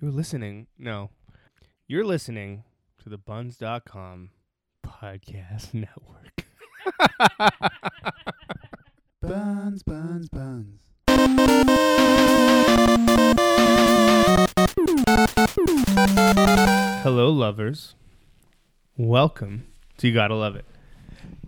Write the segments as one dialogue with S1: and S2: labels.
S1: You're listening. No. You're listening to the buns.com podcast network.
S2: Buns, buns, buns.
S1: Hello, lovers. Welcome to You Gotta Love It,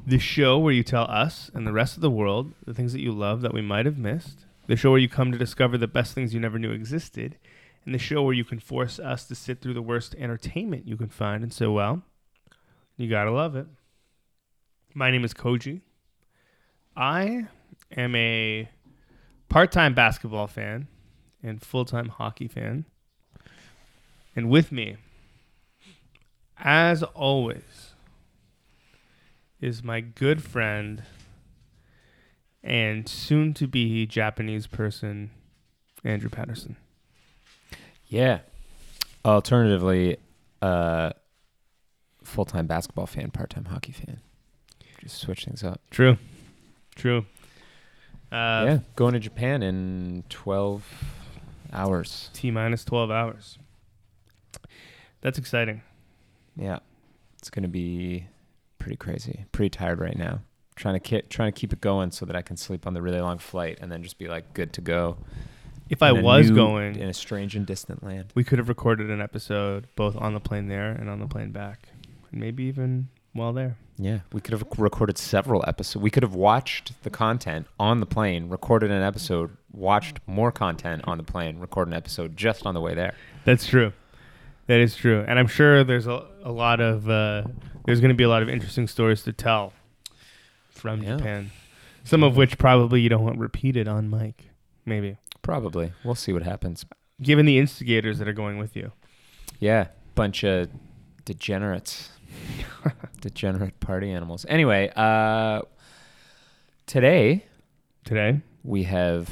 S1: the show where you tell us and the rest of the world the things that you love that we might have missed, the show where you come to discover the best things you never knew existed, and the show where you can force us to sit through the worst entertainment you can find. And so, well, you gotta love it. My name is Koji. I am a part time basketball fan and full time hockey fan. And with me, as always, is my good friend and soon to be Japanese person, Andrew Patterson.
S3: Yeah. Alternatively, uh, full time basketball fan, part time hockey fan. Just switch things up.
S1: True. True. Uh,
S3: yeah. Going to Japan in 12 hours.
S1: T minus 12 hours. That's exciting.
S3: Yeah. It's going to be pretty crazy. Pretty tired right now. Trying to, ki- trying to keep it going so that I can sleep on the really long flight and then just be like good to go.
S1: If I
S3: in a
S1: was
S3: new-
S1: going,
S3: in a strange and distant land.
S1: we could have recorded an episode both on the plane there and on the plane back, and maybe even while there.
S3: Yeah, we could have recorded several episodes. We could have watched the content on the plane, recorded an episode, watched more content on the plane, record an episode just on the way there.
S1: That's true. That is true, and I'm sure there's a, a lot of uh, there's going to be a lot of interesting stories to tell from
S3: Yeah.
S1: Japan. Some of which probably you don't want repeated on mic, maybe.
S3: Probably. We'll see what happens.
S1: Given the instigators that are going with you,
S3: Yeah, bunch of degenerates. Degenerate party animals. Anyway, uh today
S1: today,
S3: we have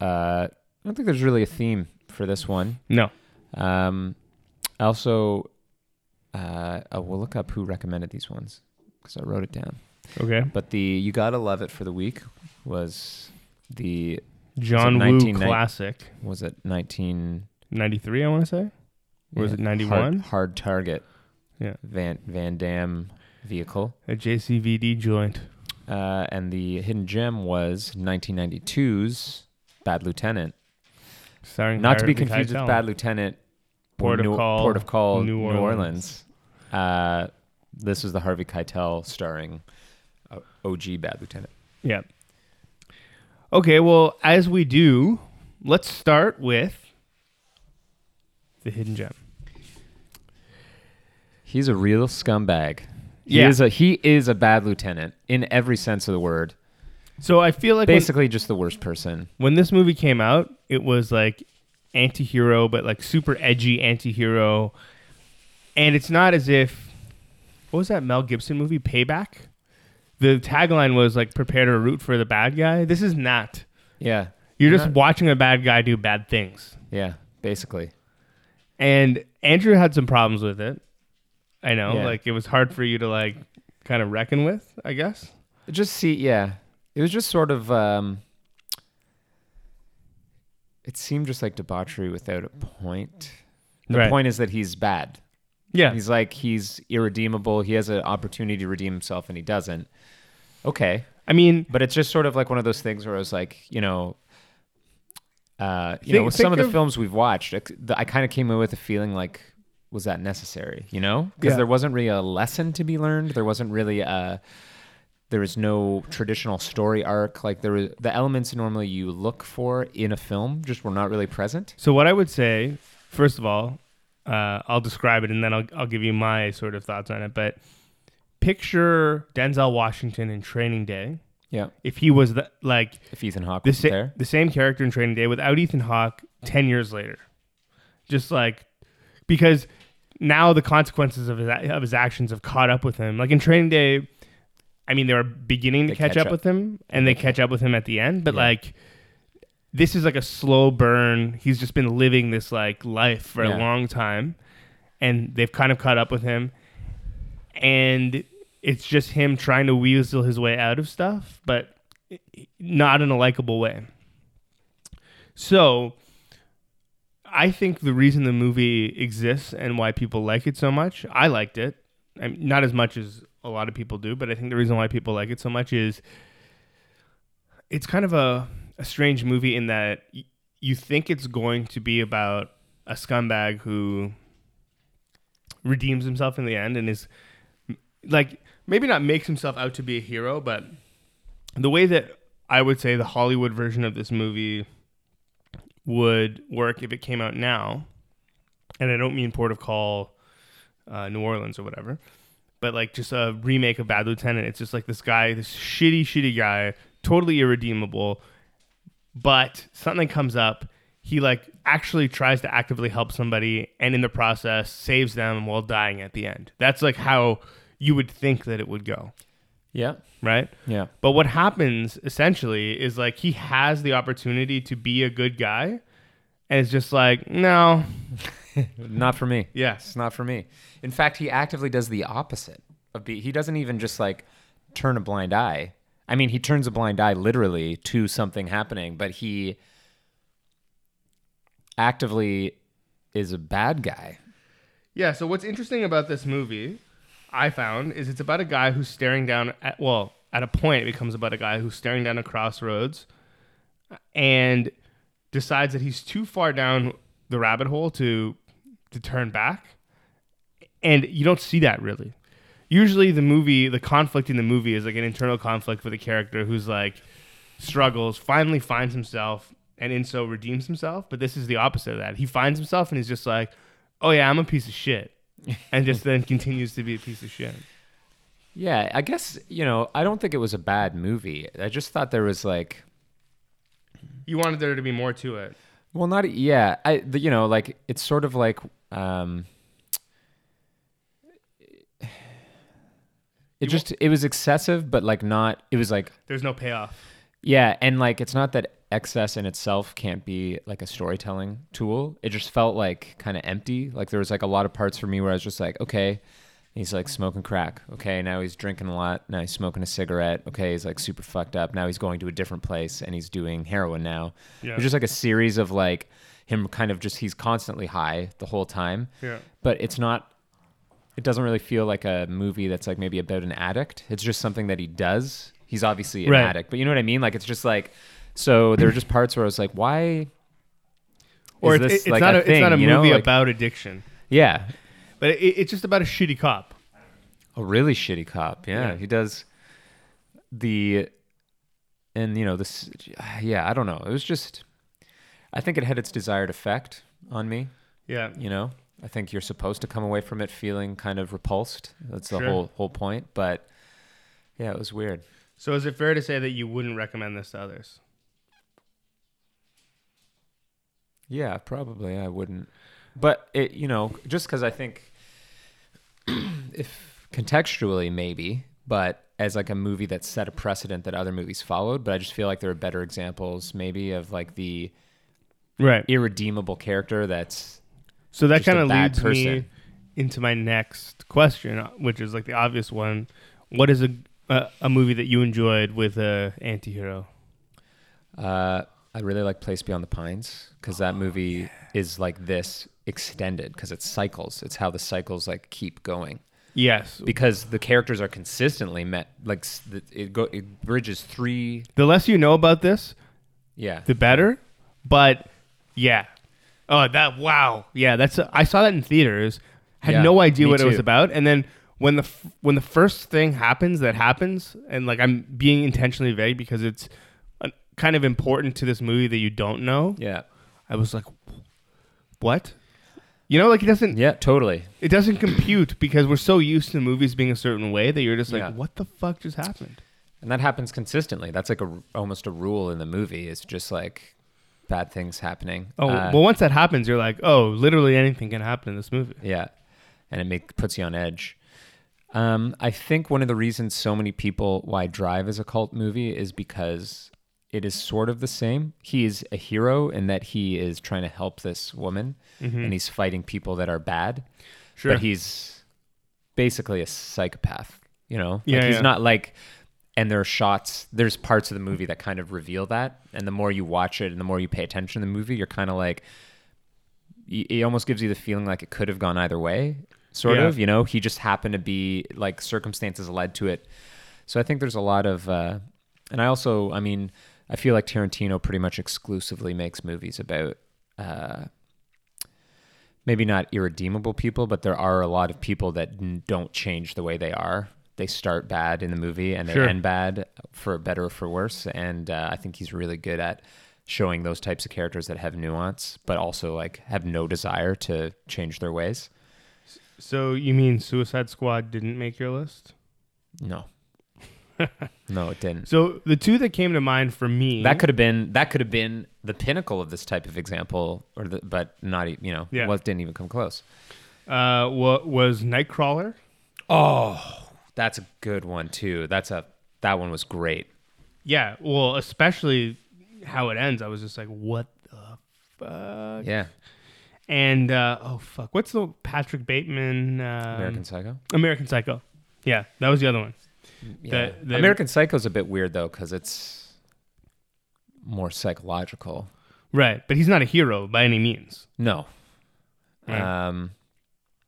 S3: uh I don't think there's really a theme for this one.
S1: no,
S3: Um, also, uh, I will look up who recommended these ones because I wrote it down.
S1: okay,
S3: But the you gotta love it for the week was the
S1: John Woo
S3: 1990
S1: classic
S3: was it nineteen
S1: '93, I want to say, or was
S3: yeah,
S1: it '91?
S3: hard, hard target
S1: Yeah.
S3: Van Van Dam vehicle
S1: A JCVD joint.
S3: uh, and the hidden gem was 1992's Bad Lieutenant
S1: Starring
S3: not to be
S1: Harry Mackay
S3: confused with
S1: Talent.
S3: Bad Lieutenant
S1: Port of
S3: New,
S1: Call,
S3: Port of Call,
S1: New
S3: New
S1: Orleans.
S3: Orleans. Uh, this is the Harvey Keitel starring uh, OG Bad Lieutenant.
S1: Yeah. Okay, well, as we do, let's start with the hidden gem.
S3: He's a real scumbag. He
S1: Yeah.
S3: is a he is a bad lieutenant in every sense of the word.
S1: So I feel like when,
S3: Basically, just the worst person.
S1: when this movie came out, it was like anti-hero, but like super edgy anti-hero. And it's not as if what was that Mel Gibson movie, Payback? The tagline was like prepare to root for the bad guy. This is not.
S3: Yeah,
S1: You're just
S3: Not-
S1: watching a bad guy do bad things.
S3: yeah. Basically,
S1: and Andrew had some problems with it. I know,
S3: Yeah.
S1: like it was hard for you to like kind of reckon with, I guess.
S3: just see. Yeah, it was just sort of. Um, it seemed just like debauchery without a point. The
S1: Right.
S3: point is that he's bad.
S1: Yeah,
S3: He's like he's irredeemable. He has an opportunity to redeem himself and he doesn't. Okay.
S1: I mean,
S3: But it's just sort of like one of those things where I was like, you know, uh, you know,
S1: Think-
S3: with some
S1: think
S3: of the
S1: of-
S3: films we've watched, I, I kind of came away with a feeling like, was that necessary? You know, because
S1: Yeah.
S3: there wasn't really a lesson to be learned. There wasn't really a, there was no traditional story arc. Like there was the elements normally you look for in a film just were not really present.
S1: so what I would say, first of all, uh, I'll describe it and then I'll I'll give you my sort of thoughts on it. But picture Denzel Washington in Training Day.
S3: Yeah.
S1: If he was the, like
S3: If Ethan Hawke
S1: the
S3: was
S1: sa-
S3: there,
S1: the same character in Training Day without Ethan Hawke ten years later, just like because now the consequences of his, of his actions have caught up with him. Like in Training Day, I mean they were beginning to
S3: They
S1: catch,
S3: catch
S1: up,
S3: up.
S1: with him, and they catch up with him at the end. But
S3: Yeah.
S1: like this is like a slow burn. He's just been living this like life for a
S3: Yeah.
S1: long time, and they've kind of caught up with him, and it's just him trying to weasel his way out of stuff, but not in a likable way. So I think the reason the movie exists and why people like it so much, I liked it. I mean, not as much as a lot of people do, but I think the reason why people like it so much is it's kind of a, a strange movie in that y- you think it's going to be about a scumbag who redeems himself in the end and is like maybe not makes himself out to be a hero, but the way that I would say the Hollywood version of this movie would work if it came out now, and I don't mean Port of Call, uh, New Orleans or whatever, but like just a remake of Bad Lieutenant. It's just like this guy, this shitty, shitty guy, totally irredeemable, but something comes up. He like actually tries to actively help somebody, and in the process saves them while dying at the end. That's like how you would think that it would go,
S3: Yeah.
S1: right?
S3: Yeah.
S1: But what happens essentially is like he has the opportunity to be a good guy, and it's just like no,
S3: Not for me.
S1: yes,
S3: It's not for me. In fact, he actively does the opposite of be. He doesn't even just like turn a blind eye. I mean, he turns a blind eye literally to something happening, but he actively is a bad guy.
S1: yeah. So what's interesting about this movie, I found, is it's about a guy who's staring down at well, at a point it becomes about a guy who's staring down a crossroads, and decides that he's too far down the rabbit hole to to turn back, and you don't see that really. Usually, the movie, the conflict in the movie is like an internal conflict with a character who's like struggles, finally finds himself, and in so redeems himself. But this is the opposite of that. He finds himself and he's just like, "Oh yeah, I'm a piece of shit," and just then continues to be a piece of shit.
S3: Yeah, I guess you know. I don't think it was a bad movie. I just thought there was like
S1: You wanted there to be more to it.
S3: Well, not yeah. I the, you know like it's sort of like um, it
S1: You
S3: just it was excessive, but like not. It was like
S1: There's no payoff.
S3: yeah, and like it's not that excess in itself can't be like a storytelling tool. It just felt like kind of empty. Like there was like a lot of parts for me where I was just like, okay, he's like smoking crack. Okay, now he's drinking a lot. Now he's smoking a cigarette. Okay, he's like super fucked up. Now he's going to a different place and he's doing heroin now.
S1: Yeah.
S3: It was just like a series of like him kind of just he's constantly high the whole time.
S1: Yeah.
S3: But it's not it doesn't really feel like a movie that's like maybe about an addict. It's just something that he does. He's obviously an
S1: Right.
S3: addict, but you know what I mean? Like it's just like so there were just parts where I was like, why?
S1: Or
S3: is
S1: it's,
S3: this
S1: it's
S3: like
S1: not a, it's
S3: thing,
S1: not a
S3: you
S1: movie
S3: know? Like,
S1: about addiction,
S3: yeah,
S1: but it, it's just about a shitty cop.
S3: a really shitty cop. Yeah,
S1: Yeah.
S3: he does the and you know this. Yeah, I don't know. It was just I think it had its desired effect on me.
S1: Yeah.
S3: you know i think you're supposed to come away from it feeling kind of repulsed that's the
S1: Sure.
S3: whole whole point but yeah it was weird
S1: So is it fair to say that you wouldn't recommend this to others?
S3: yeah probably i wouldn't but it you know just because i think if contextually maybe but as like a movie that set a precedent that other movies followed but i just feel like there are better examples maybe of like the
S1: Right.
S3: irredeemable character that's
S1: So that
S3: just a
S1: kind of
S3: bad
S1: leads me
S3: person.
S1: into my next question, uh, which is like the obvious one. What is a a, a movie that you enjoyed with a antihero?
S3: Uh, I really like Place Beyond the Pines because
S1: Oh,
S3: that movie is like this extended because it's cycles. It's how the cycles like keep going
S1: Yes.
S3: because the characters are consistently met. Like s- the- it go it bridges three.
S1: The less you know about this,
S3: Yeah,
S1: the better. But yeah. Oh, that wow. Yeah, that's I saw that in theaters. Had
S3: Yeah,
S1: no idea
S3: me
S1: what it was
S3: too.
S1: about, and then when the f- when the first thing happens that happens, and like I'm being intentionally vague because it's uh, kind of important to this movie that you don't know.
S3: yeah,
S1: I was like, what? You know, like it doesn't
S3: yeah. Totally.
S1: it doesn't compute because we're so used to movies being a certain way that you're just like,
S3: Yeah.
S1: what the fuck just happened?
S3: And that happens consistently. That's like a r- almost a rule in the movie. It's just like bad things happening.
S1: Oh,
S3: Uh,
S1: well, once that happens, you're like, oh, literally anything can happen in this movie.
S3: Yeah, and it make, puts you on edge. Um, I think one of the reasons so many people why Drive is a cult movie is because it is sort of the same. He is a hero in that he is trying to help this woman, and he's fighting people that are bad.
S1: Sure.
S3: but he's basically a psychopath. You know,
S1: Yeah,
S3: like he's
S1: yeah.
S3: not like. And there are shots. There's parts of the movie that kind of reveal that. And the more you watch it, and the more you pay attention to the movie, you're kind of like, y- it almost gives you the feeling like it could have gone either way, sort
S1: Yeah.
S3: of. You know, he just happened to be like circumstances led to it. So I think there's a lot of, uh, and I also, I mean, I feel like Tarantino pretty much exclusively makes movies about. Uh, maybe not irredeemable people, but there are a lot of people that n- don't change the way they are. They start bad in the movie and they
S1: Sure.
S3: end bad for better or for worse. And uh, I think he's really good at showing those types of characters that have nuance, but also like have no desire to change their ways.
S1: So you mean Suicide Squad didn't make your list?
S3: No, no, it didn't.
S1: So the two that came to mind for me
S3: That could have been that could have been the pinnacle of this type of example, or the, but not e- you know
S1: Yeah.
S3: was didn't even come close.
S1: uh, wa- was Nightcrawler.
S3: Oh, that's a good one too. That's a that one was great.
S1: Yeah, well, especially how it ends. I was just like, what the fuck?
S3: Yeah.
S1: And uh, oh fuck, what's the Patrick Bateman um,
S3: American Psycho.
S1: American Psycho? Yeah, that was the other one.
S3: Yeah.
S1: the- the-
S3: American Psycho's a bit weird though because it's more psychological.
S1: Right, but he's not a hero by any means.
S3: No.
S1: Right.
S3: Um,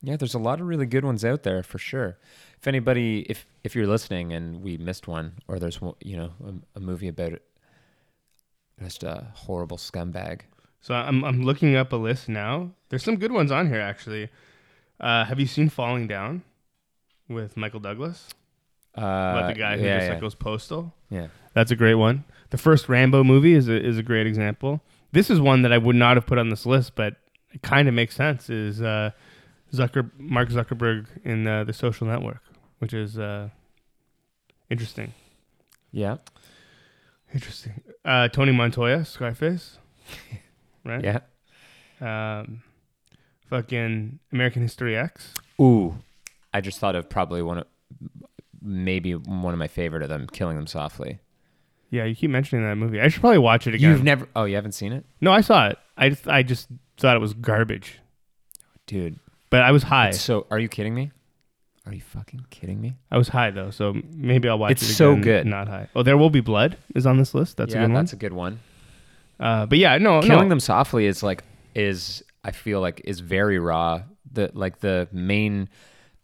S3: yeah, there's a lot of really good ones out there for sure. If anybody, if if you're listening and we missed one, or there's one, you know a, a movie about it, just a horrible scumbag.
S1: So I'm I'm looking up a list now. There's some good ones on here actually. Uh, have you seen Falling Down with Michael Douglas?
S3: Uh,
S1: About the guy who
S3: yeah,
S1: just
S3: yeah,
S1: like goes postal.
S3: yeah.
S1: That's a great one. The first Rambo movie is a, is a great example. This is one that I would not have put on this list, but it kind of makes sense. Is uh, Zucker Mark Zuckerberg in uh, the Social Network, which is uh, interesting.
S3: yeah,
S1: Interesting. Uh, Tony Montoya, Scarface, right?
S3: yeah.
S1: Um, fucking American History X.
S3: Ooh, I just thought of probably one of maybe one of my favorite of them, Killing Them Softly.
S1: Yeah, you keep mentioning that movie. I should probably watch it again.
S3: You've never? Oh, you haven't seen it,
S1: no, I saw it. I just I just thought it was garbage,
S3: dude.
S1: but I was high.
S3: So, are you kidding me? Are you fucking kidding me?
S1: I was high though, so maybe I'll watch
S3: It's
S1: it.
S3: so
S1: again
S3: good.
S1: Not high. Oh, there will be blood is on this list. That's
S3: yeah,
S1: a good one.
S3: that's a good one. Oh,
S1: uh, but yeah, no,
S3: Killing
S1: no.
S3: them softly is like is I feel like is very raw. The like the main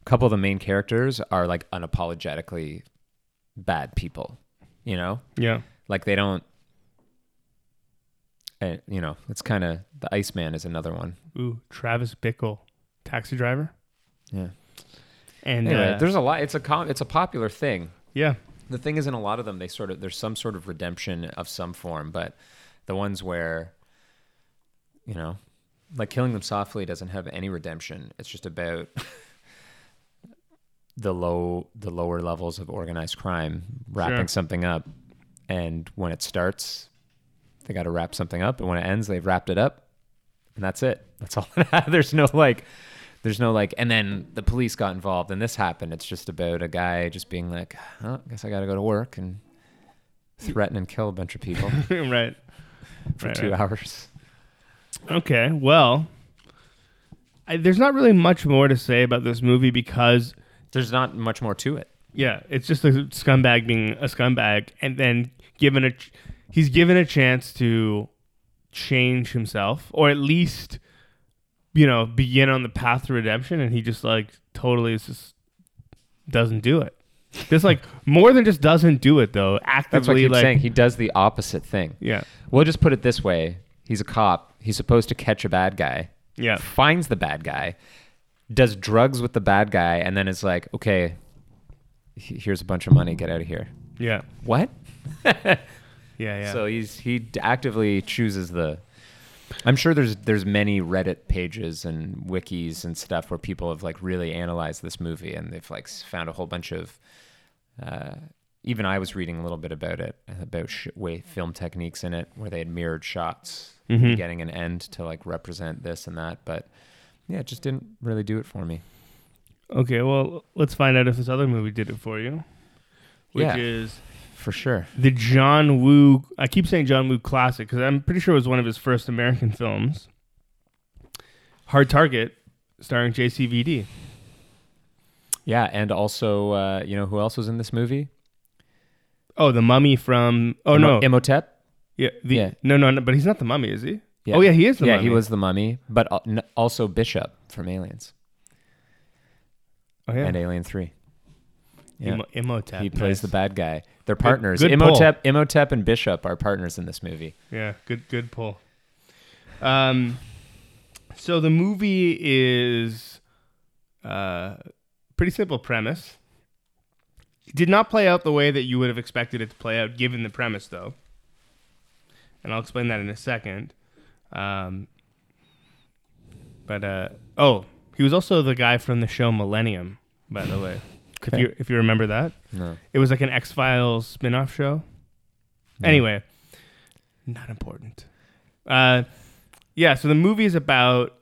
S3: couple of the main characters are like unapologetically bad people. You know,
S1: Yeah,
S3: like they don't. And, you know, it's kind of the Iceman is another one.
S1: ooh, Travis Bickle, taxi driver,
S3: Yeah.
S1: and
S3: Anyway,
S1: uh,
S3: there's a lot. It's a com- it's a popular thing.
S1: yeah,
S3: the thing is in a lot of them they sort of there's some sort of redemption of some form but the ones where you know like killing them softly doesn't have any redemption it's just about the low the lower levels of organized crime wrapping
S1: Sure.
S3: something up and when it starts they got to wrap something up and when it ends they've wrapped it up and that's it that's all there's no like there's no like and then the police got involved and this happened it's just about a guy just being like oh, i guess i gotta go to work and threaten and kill a bunch of people
S1: right.
S3: for
S1: Right,
S3: two
S1: right.
S3: hours
S1: Okay, well, I, there's not really much more to say about this movie because
S3: there's not much more to it
S1: yeah, it's just a scumbag being a scumbag, and then given a ch- he's given a chance to change himself, or at least you know begin on the path to redemption, and he just like totally is just doesn't do it. Just like more than just doesn't do it though, actively
S3: that's what he's
S1: like
S3: saying he does the opposite thing
S1: yeah,
S3: we'll just put it this way he's a cop he's supposed to catch a bad guy
S1: yeah,
S3: finds the bad guy, does drugs with the bad guy, and then is like, okay, he- here's a bunch of money, get out of here.
S1: yeah,
S3: What?
S1: yeah, yeah.
S3: So he's he d- actively chooses the. I'm sure there's there's many Reddit pages and wikis and stuff where people have like really analyzed this movie and they've like s- found a whole bunch of. Uh, even I was reading a little bit about it about sh- way film techniques in it where they had mirrored shots,
S1: Mhm.
S3: beginning and end to like represent this and that, but yeah, it just didn't really do it for me.
S1: okay, well, let's find out if this other movie did it for you, which
S3: Yeah.
S1: is
S3: For sure.
S1: the John Woo. I keep saying John Woo classic because I'm pretty sure it was one of his first American films. Hard Target, starring JCVD.
S3: Yeah, and also uh, you know who else was in this movie?
S1: Oh, the Mummy from. Oh
S3: Im-
S1: no,
S3: Imhotep.
S1: yeah, the,
S3: yeah.
S1: no, no, no. But he's not the Mummy, is he? Oh yeah, he is. The
S3: yeah,
S1: mummy.
S3: he was the mummy, but al- n- also Bishop from Aliens
S1: Oh yeah,
S3: and Alien Three. Yeah,
S1: Imo- Imhotep.
S3: he plays the
S1: nice.
S3: bad guy. They're partners.
S1: good pull.
S3: Imhotep, Imhotep, and Bishop are partners in this movie.
S1: Yeah, good good pull. Um, so the movie is uh pretty simple premise. It did not play out the way that you would have expected it to play out, given the premise, though. And I'll explain that in a second. Um, but uh, oh, he was also the guy from the show Millennium, by the way. If
S3: Okay.
S1: you if you remember that.
S3: No.
S1: It was like an X Files spin off show.
S3: Yeah.
S1: Anyway, not important. Uh, yeah, so the movie is about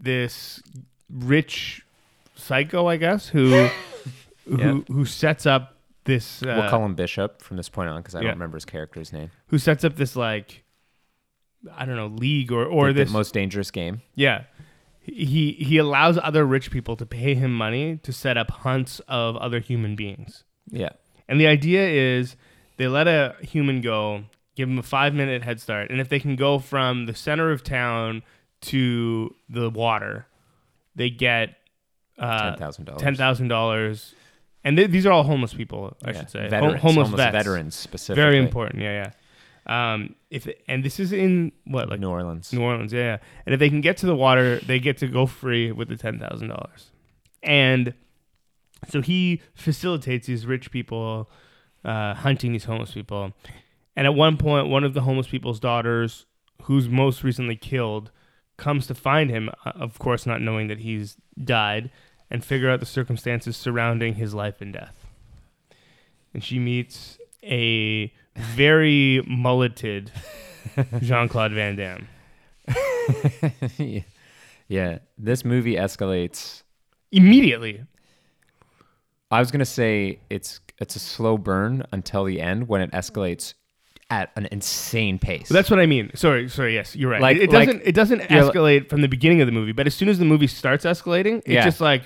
S1: this rich psycho, I guess, who who
S3: Yeah.
S1: who sets up this uh,
S3: we'll call him Bishop from this point on because I
S1: yeah.
S3: don't remember his character's name.
S1: who sets up this like I don't know league or or
S3: The- the
S1: this
S3: most dangerous game.
S1: yeah. He he allows other rich people to pay him money to set up hunts of other human beings.
S3: Yeah.
S1: And the idea is they let a human go, give them a five minute head start, and if they can go from the center of town to the water, they get uh,
S3: Ten thousand dollars.
S1: ten thousand dollars. And th- these are all homeless people, I should say, Ho-
S3: Veterans,
S1: homeless, vets.
S3: veterans specifically.
S1: Very important, yeah, yeah. Um, if and this is in what like
S3: New Orleans.
S1: New Orleans, yeah, yeah. And if they can get to the water, they get to go free with the ten thousand dollars. And so he facilitates these rich people uh, hunting these homeless people. And at one point, one of the homeless people's daughters, who's most recently killed, comes to find him. uh, Of course, not knowing that he's died, and figure out the circumstances surrounding his life and death. And she meets a very mulleted Jean Claude Van Damme.
S3: yeah. yeah. This movie escalates.
S1: immediately.
S3: I was gonna say it's it's a slow burn until the end when it escalates at an insane pace.
S1: That's what I mean. Sorry, sorry. Yes, you're right.
S3: Like-
S1: it doesn't.
S3: like-
S1: it doesn't
S3: Yeah, like-
S1: escalate from the beginning of the movie, but as soon as the movie starts escalating, it's
S3: Yeah.
S1: just like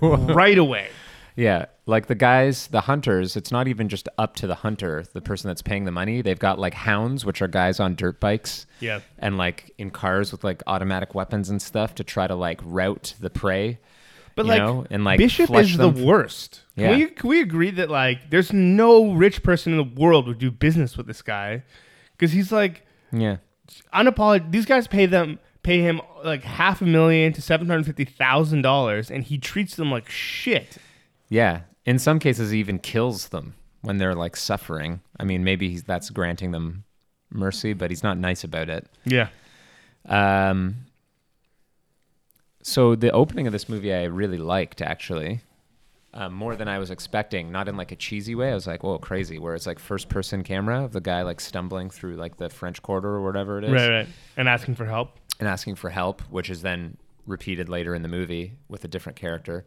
S1: right away.
S3: yeah. Like the guys, the hunters. It's not even just up to the hunter, the person that's paying the money. They've got like hounds, which are guys on dirt bikes.
S1: Yeah.
S3: And like in cars with like automatic weapons and stuff to try to like rout the prey.
S1: But
S3: you
S1: like,
S3: know, and like
S1: Bishop
S3: flush
S1: is the
S3: them
S1: worst.
S3: Yeah.
S1: Can, we, can we agree that like there's no rich person in the world would do business with this guy because he's like
S3: Yeah.
S1: unapologetic. These guys pay them pay him like half a million to seven hundred fifty thousand dollars, and he treats them like shit.
S3: Yeah. In some cases, he even kills them when they're like suffering. I mean, maybe he's, that's granting them mercy, but he's not nice about it.
S1: Yeah.
S3: Um, so the opening of this movie I really liked actually, uh, more than I was expecting. Not in like a cheesy way. I was like, "Whoa, crazy!" Where it's like first person camera of the guy like stumbling through like the French Quarter or whatever it is,
S1: Right. Right. And asking for help.
S3: and asking for help, which is then repeated later in the movie with a different character.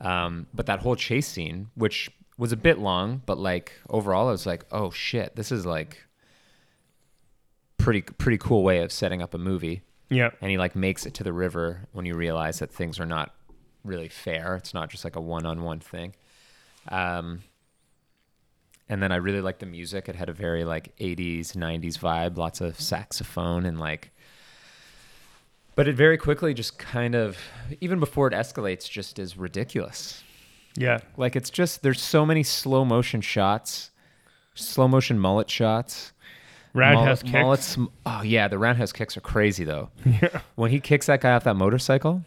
S3: Um, but that whole chase scene, which was a bit long, but like overall, I was like, oh shit, this is like pretty pretty cool way of setting up a movie.
S1: Yeah.
S3: And he like makes it to the river when you realize that things are not really fair. It's not just like a one on one thing. Um, and then I really liked the music. It had a very like 80s, 90s vibe, lots of saxophone and like but it very quickly just kind of even before it escalates just is ridiculous.
S1: Yeah.
S3: Like it's just there's so many slow motion shots, slow motion mullet shots.
S1: Roundhouse
S3: Mullet-
S1: kick.
S3: Mullets, oh yeah, the roundhouse kicks are crazy though. When he kicks that guy off that motorcycle,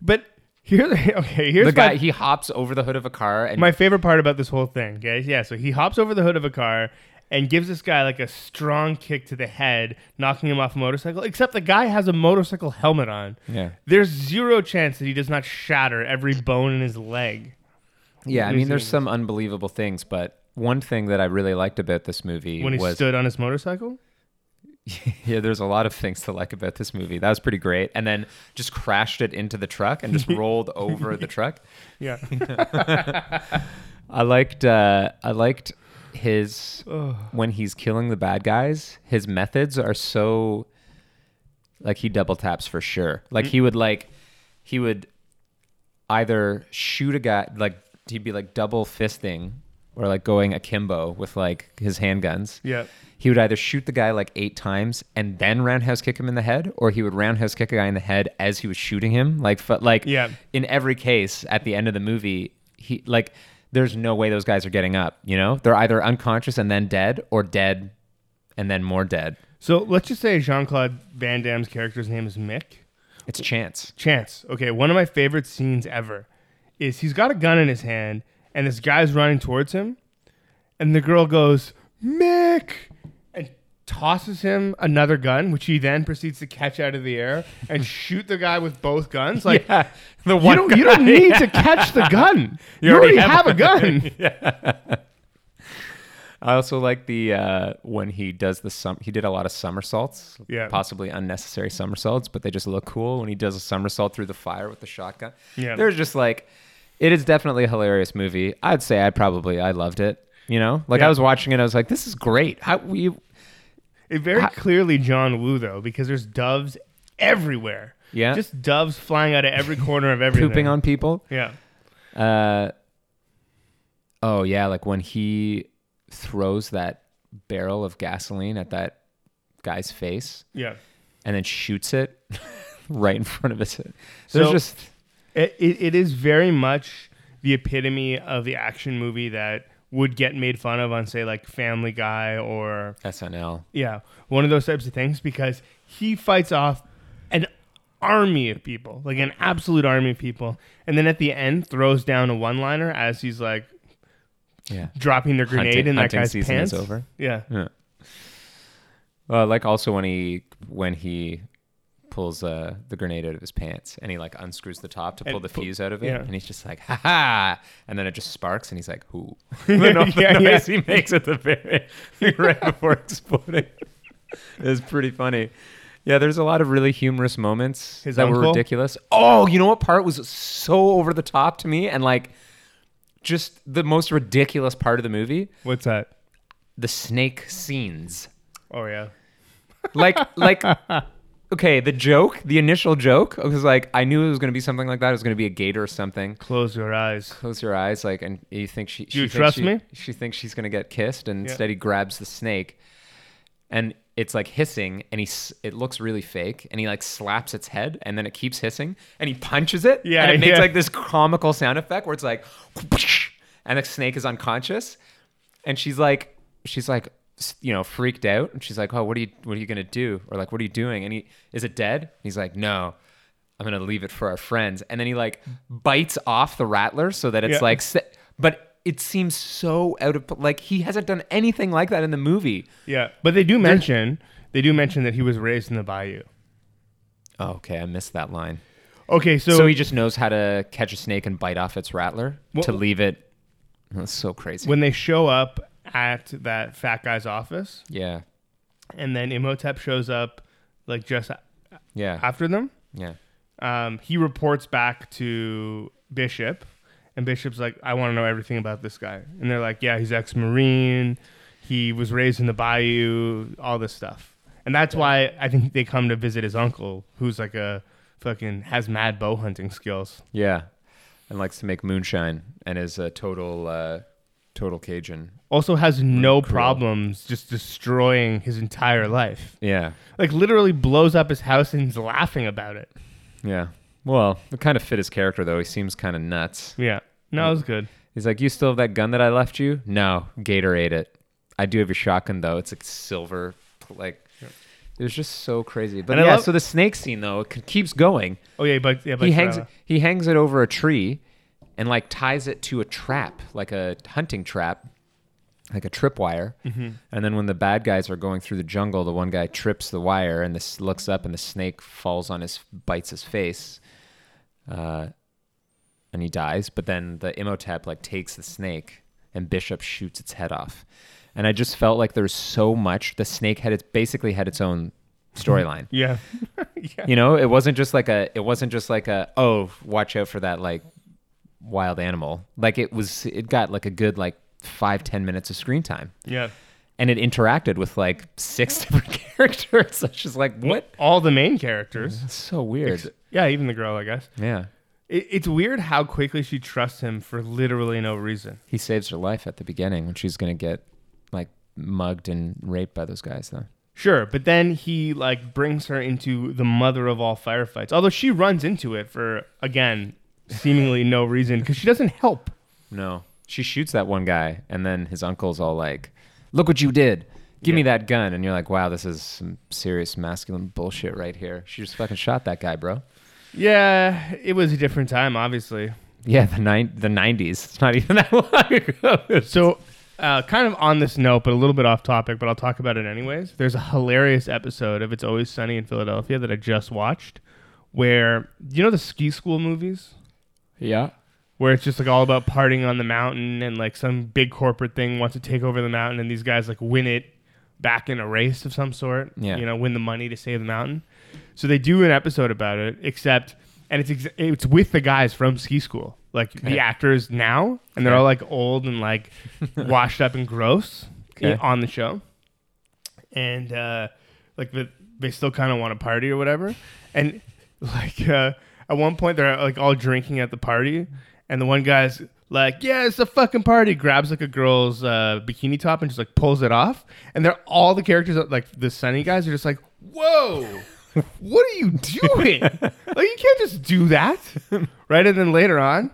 S1: But here, okay, here's
S3: the guy
S1: my,
S3: he hops over the hood of a car and
S1: my favorite part about this whole thing. Okay, yeah. So he hops over the hood of a car and gives this guy like a strong kick to the head, knocking him off a motorcycle. Except the guy has a motorcycle helmet on.
S3: yeah,
S1: There's zero chance that he does not shatter every bone in his leg.
S3: yeah. I mean, there's
S1: Losing-
S3: some unbelievable things, but one thing that I really liked about this movie
S1: When he
S3: was
S1: stood on his motorcycle,
S3: yeah, there's a lot of things to like about this movie. That was pretty great, and then just crashed it into the truck and just rolled over the truck.
S1: yeah,
S3: I liked uh, I liked his
S1: Ugh.
S3: when he's killing the bad guys. His methods are so like he double taps for sure. Like
S1: Mm.
S3: he would like he would either shoot a guy like he'd be like double fisting or like going akimbo with like his handguns,
S1: Yeah.
S3: he would either shoot the guy like eight times and then roundhouse kick him in the head, or he would roundhouse kick a guy in the head as he was shooting him. Like, fu- like
S1: Yeah.
S3: in every case, at the end of the movie, he like there's no way those guys are getting up. You know, they're either unconscious and then dead, or dead and then more dead.
S1: So let's just say Jean Claude Van Damme's character's name is Mick.
S3: It's chance.
S1: Chance. Okay, one of my favorite scenes ever is he's got a gun in his hand and this guy's running towards him and the girl goes, Mick! And tosses him another gun, which he then proceeds to catch out of the air and shoot the guy with both guns. Like,
S3: yeah, the
S1: you, don't, you don't need to catch the gun. you, already,
S3: already
S1: have,
S3: have
S1: a gun.
S3: I also like the uh, when he does the sum. He did a lot of somersaults,
S1: Yeah.
S3: possibly unnecessary somersaults, but they just look cool when he does a somersault through the fire with the shotgun.
S1: Yeah.
S3: there's just like, it is definitely a hilarious movie. I'd say I probably I loved it. You know, like
S1: Yeah.
S3: I was watching it, I was like, this is great. How we
S1: It very
S3: I-
S1: clearly John Woo though, because there's doves everywhere.
S3: Yeah.
S1: just doves flying out of every corner of everything.
S3: pooping on people?
S1: Yeah,
S3: Uh, oh yeah, like when he throws that barrel of gasoline at that guy's face.
S1: yeah.
S3: and then shoots it right in front of us. There's
S1: So-
S3: just
S1: It, it, it is very much the epitome of the action movie that would get made fun of on say like Family Guy or
S3: SNL.
S1: yeah one of those types of things because he fights off an army of people like an absolute army of people and then at the end throws down a one liner as he's like
S3: Yeah.
S1: dropping the grenade
S3: Hunting-
S1: in that
S3: hunting
S1: guy's
S3: season
S1: pants
S3: is over.
S1: yeah
S3: Yeah. Uh, like also when he when he pulls uh, the grenade out of his pants and he like unscrews the top to pull
S1: And
S3: the
S1: pu-
S3: fuse out of it
S1: yeah.
S3: and he's just like ha ha and then it just sparks and he's like who the, no- the
S1: Yeah, yeah.
S3: noise he makes at the very right before exploding is pretty funny. Yeah, there's a lot of really humorous moments
S1: His
S3: that were
S1: uncle?
S3: ridiculous. Oh, you know what part was so over the top to me and like just the most ridiculous part of the movie?
S1: what's that
S3: The snake scenes.
S1: oh yeah
S3: like like okay the joke the initial joke was like i knew it was going to be something like that it was going to be a gator or something
S1: Close your eyes.
S3: close your eyes like and you think she, she
S1: you
S3: thinks
S1: trust
S3: she-
S1: me?
S3: she thinks she's going to get kissed and
S1: Yeah.
S3: instead he grabs the snake and it's like hissing and he s- it looks really fake and he like slaps its head and then it keeps hissing and he punches it
S1: Yeah,
S3: and it makes
S1: yeah.
S3: like this comical sound effect where it's like and the snake is unconscious and she's like she's like s- you know freaked out and she's like oh what are you what are you gonna do or like what are you doing and he is it dead And he's like no i'm gonna leave it for our friends and then he like bites off the rattler so that it's
S1: Yeah.
S3: like s- but it seems so out of pl- like he hasn't done anything like that in the movie
S1: Yeah, but they do mention they do mention that he was raised in the bayou.
S3: oh, okay i missed that line
S1: Okay, so,
S3: so, he just knows how to catch a snake and bite off its rattler
S1: Well-
S3: to leave it that's so crazy
S1: when they show up at that fat guy's office,
S3: yeah
S1: and then Imhotep shows up like just a-
S3: yeah
S1: after them,
S3: yeah
S1: um, he reports back to Bishop, and Bishop's like, "I want to know everything about this guy," and they're like, "Yeah, he's ex-marine. He was raised in the bayou. All this stuff." And that's why I think they come to visit his uncle, who's like a fucking has mad bow hunting skills.
S3: Yeah, and likes to make moonshine and is a total uh, total Cajun.
S1: also has no
S3: cruel.
S1: problems just destroying his entire life.
S3: Yeah,
S1: Like literally blows up his house and is laughing about it.
S3: yeah. Well, it kind of fit his character though. He seems kind of nuts.
S1: Yeah. No, it was good.
S3: He's like, "You still have that gun that I left you?" No, Gator ate it. I do have your shotgun though. It's like silver, like. It was just so crazy, but
S1: And I
S3: yeah.
S1: love-
S3: so the snake scene though it c- keeps going.
S1: Oh yeah, but yeah, but
S3: he hangs he hangs it over a tree, and like ties it to a trap, like a hunting trap, like a trip wire. And then when the bad guys are going through the jungle, the one guy trips the wire and this looks up and the snake falls on his bites his face. Uh, and he dies, but then the Imhotep like takes the snake and Bishop shoots its head off. And I just felt like there's so much the snake had it basically had its own storyline.
S1: Yeah. yeah.
S3: You know, it wasn't just like a it wasn't just like a oh, watch out for that like wild animal. Like it was it got like a good like five, ten minutes of screen time
S1: Yeah.
S3: and it interacted with like six different characters. It's just like what?
S1: All the main characters.
S3: That's so weird.
S1: Yeah, even the girl, I guess.
S3: Yeah.
S1: It, it's weird how quickly she trusts him for literally no reason.
S3: He saves her life at the beginning when she's gonna get like mugged and raped by those guys though.
S1: Sure, but then he like brings her into the mother of all firefights. Although she runs into it for again seemingly no reason because she doesn't help.
S3: No. She shoots that one guy and then his uncle's all like, Look what you did. Give me that gun. And you're like, Wow, this is some serious masculine bullshit right here. She just fucking shot that guy, bro.
S1: Yeah, it was a different time, obviously.
S3: Yeah, the nine the nineties. It's not even that long ago.
S1: So, uh, kind of on this note, but a little bit off topic, but I'll talk about it anyways. There's a hilarious episode of It's Always Sunny in Philadelphia that I just watched where, you know, the ski school movies?
S3: Yeah.
S1: Where it's just like all about partying on the mountain and like some big corporate thing wants to take over the mountain and these guys like win it back in a race of some sort.
S3: Yeah.
S1: You know, win the money to save the mountain. So they do an episode about it, except, and it's ex- it's with the guys from ski school, like
S3: Okay.
S1: the actors now, and they're
S3: Okay.
S1: all like old and like washed up and gross i-
S3: Okay.
S1: on the show, and uh, like the, they still kind of want to party or whatever, and like uh, at one point they're like all drinking at the party, and the one guy's like, "Yeah, it's a fucking party." Grabs like a girl's uh, bikini top and just like pulls it off, and they're all the characters uh, like the sunny guys are just like, "Whoa." what are you doing? like you can't just do that, right? And then later on,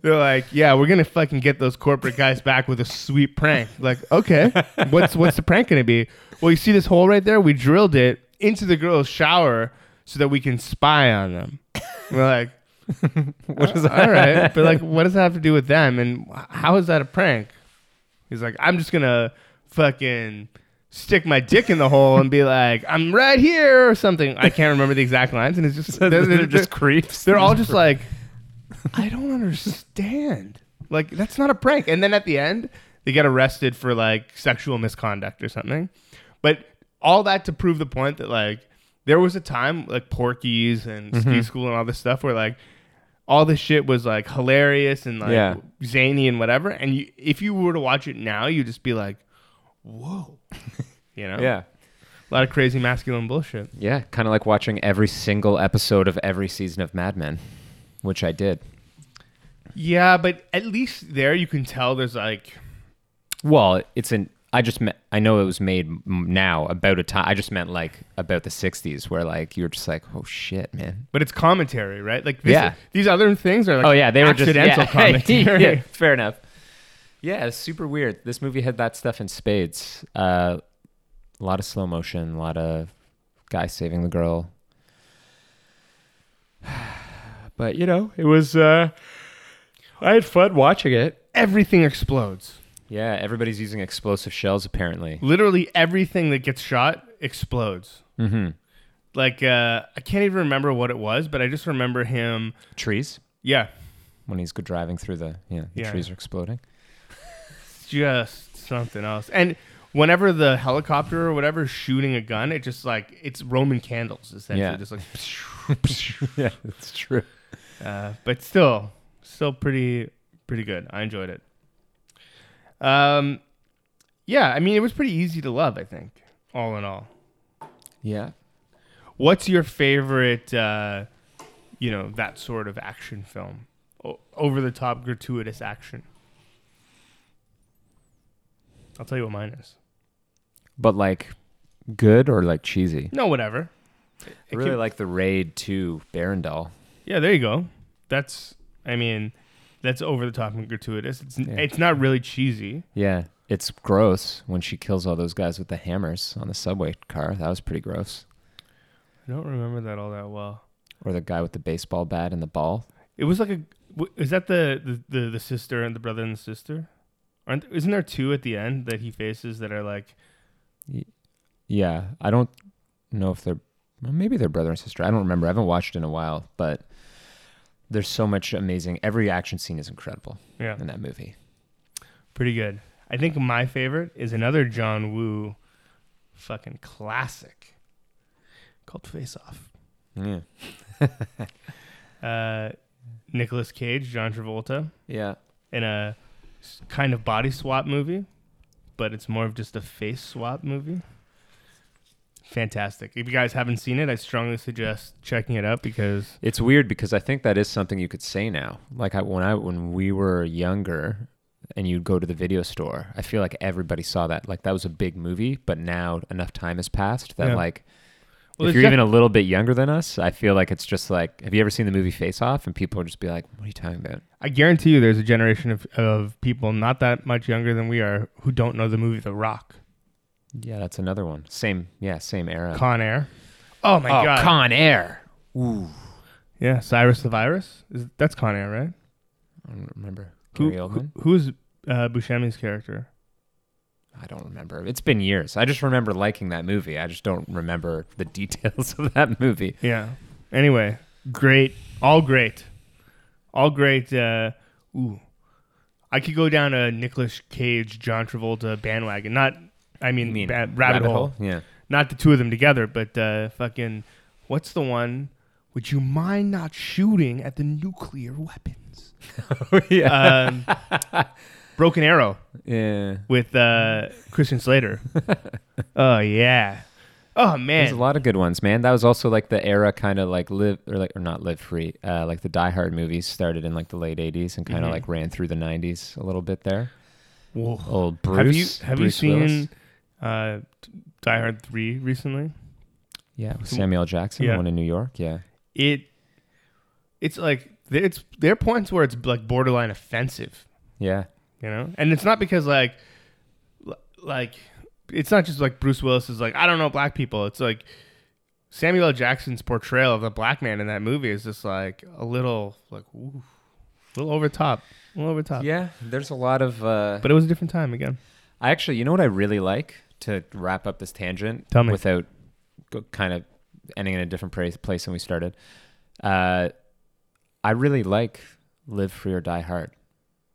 S1: they're like, yeah, we're gonna fucking get those corporate guys back with a sweet prank. Like, okay, what's what's the prank gonna be? Well, you see this hole right there? We drilled it into the girl's shower so that we can spy on them. We're like, what
S3: Uh,
S1: is all right, but like, what does that have to do with them? And how is that a prank? He's like, I'm just gonna fucking stick my dick in the hole and be like, I'm right here or something. I can't remember the exact lines, and it's just they're, they're-
S3: just creeps.
S1: they're all just like, I don't understand. Like that's not a prank. And then at the end, they get arrested for like sexual misconduct or something. But all that to prove the point that like there was a time like Porky's and
S3: Mm-hmm.
S1: Ski School and all this stuff where like all this shit was like hilarious and like
S3: Yeah.
S1: zany and whatever. And you, if you were to watch it now, you'd just be like, whoa, you know,
S3: Yeah.
S1: a lot of crazy masculine bullshit.
S3: Yeah. Kinda like watching every single episode of every season of Mad Men. Which I did.
S1: Yeah, but at least there you can tell there's like
S3: Well, it's an. I just meant. I know it was made m- now about a time. I just meant like about the '60s, where like you're just like, oh shit, man.
S1: But it's commentary, right? Like this,
S3: Yeah.
S1: these other things are like
S3: oh yeah, they were just
S1: accidental
S3: yeah.
S1: commentary.
S3: yeah, fair enough. Yeah, it's super weird. This movie had that stuff in spades. Uh, a lot of slow motion, a lot of guy saving the girl. But you know, it was. Uh, I had fun watching it.
S1: Everything explodes.
S3: Yeah, everybody's using explosive shells apparently.
S1: Literally everything that gets shot explodes.
S3: Mm-hmm.
S1: Like uh, I can't even remember what it was, but I just remember him.
S3: Trees.
S1: Yeah,
S3: when he's go- driving through the yeah the
S1: Yeah.
S3: trees are exploding.
S1: just something else. And whenever the helicopter or whatever is shooting a gun, it just like it's Roman candles essentially,
S3: Yeah.
S1: just like.
S3: yeah, that's true.
S1: Uh, but still, still pretty pretty good. I enjoyed it. Um, yeah, I mean, it was pretty easy to love. I think, all in all.
S3: Yeah.
S1: What's your favorite, uh, you know, that sort of action film? O- Over the top, gratuitous action. I'll tell you what mine is.
S3: But like good or like cheesy?
S1: No, whatever. It-
S3: I
S1: it
S3: really
S1: can-
S3: like the Raid 2 Barrendal.
S1: yeah, there you go. That's, I mean, that's over the top and gratuitous. It's,
S3: Yeah.
S1: it's not really cheesy.
S3: Yeah. It's gross when she kills all those guys with the hammers on the subway car. That was pretty gross.
S1: I don't remember that all that well.
S3: Or the guy with the baseball bat and the ball.
S1: It was like a. w- Is that the the, the, the sister and the brother and the sister? Aren't isn't there two at the end that he faces that are like?
S3: Yeah. I don't know if they're well, maybe they're brother and sister. I don't remember. I haven't watched in a while, but there's so much amazing. Every action scene is incredible
S1: Yeah,
S3: in that movie.
S1: pretty good. I think my favorite is another John Woo, fucking classic, called Face Off.
S3: Yeah.
S1: Uh, Nicolas Cage, John Travolta
S3: Yeah.
S1: in a s- kind of body swap movie, but it's more of just a face swap movie. fantastic. If you guys haven't seen it, I strongly suggest checking it out because
S3: It's weird because I think that is something you could say now. Like I, when I when we were younger and you'd go to the video store, I feel like everybody saw that. Like that was a big movie, but now enough time has passed that
S1: Yeah.
S3: like
S1: Well,
S3: if
S1: it's
S3: you're
S1: def-
S3: even a little bit younger than us, I feel like it's just like have you ever seen the movie Face Off and people would just be like, "What are you talking about?"
S1: I guarantee you there's a generation of, of people not that much younger than we are who don't know the movie The Rock,
S3: Yeah, that's another one. Same, yeah, same era.
S1: Con Air. Oh my
S3: oh,
S1: god.
S3: Con Air.
S1: yeah, Cyrus the Virus. Is, that's Con Air, right?
S3: I don't remember.
S1: Who-
S3: Gary Oldman?
S1: Who is uh, Buscemi's character?
S3: I don't remember. It's been years. I just remember liking that movie. I just don't remember the details of that movie.
S1: Yeah. Anyway, great, all great, all great. Uh, ooh, I could go down a Nicolas Cage, John Travolta bandwagon. Not, I mean,
S3: You mean
S1: ba- rabbit, hole.
S3: Yeah.
S1: Not the two of them together, but uh, fucking, what's the one? Would you mind not shooting at the nuclear weapons?
S3: yeah.
S1: Um, Broken Arrow
S3: Uh, yeah.
S1: with uh, Christian Slater. oh yeah. Oh
S3: There's
S1: man.
S3: a lot of good ones, man. That was also like the era kind of like live or like or not live free. Uh, like the Die Hard movies started in like the late 80s and kind of
S1: Mhm.
S3: like ran through the 90s a little bit there.
S1: Whoa.
S3: Old Bruce.
S1: have you have
S3: Bruce
S1: you
S3: Willis.
S1: seen uh, t- Die Hard three recently?
S3: Yeah, with Samuel Jackson,
S1: Yeah.
S3: the one in New York. Yeah.
S1: It it's like there- it's there are points where it's like borderline offensive,
S3: Yeah.
S1: you know, and it's not because like l- like it's not just like Bruce Willis is like I don't know black people. It's like Samuel L. Jackson's portrayal of the black man in that movie is just like a little like ooh, a little over the top, a little over the top.
S3: Yeah. There's a lot of. Uh,
S1: But it was a different time again.
S3: I actually, you know what I really like to wrap up this tangent
S1: Tell me.
S3: without go, kind of ending in a different place, place than we started. Uh, I really like Live Free or Die Hard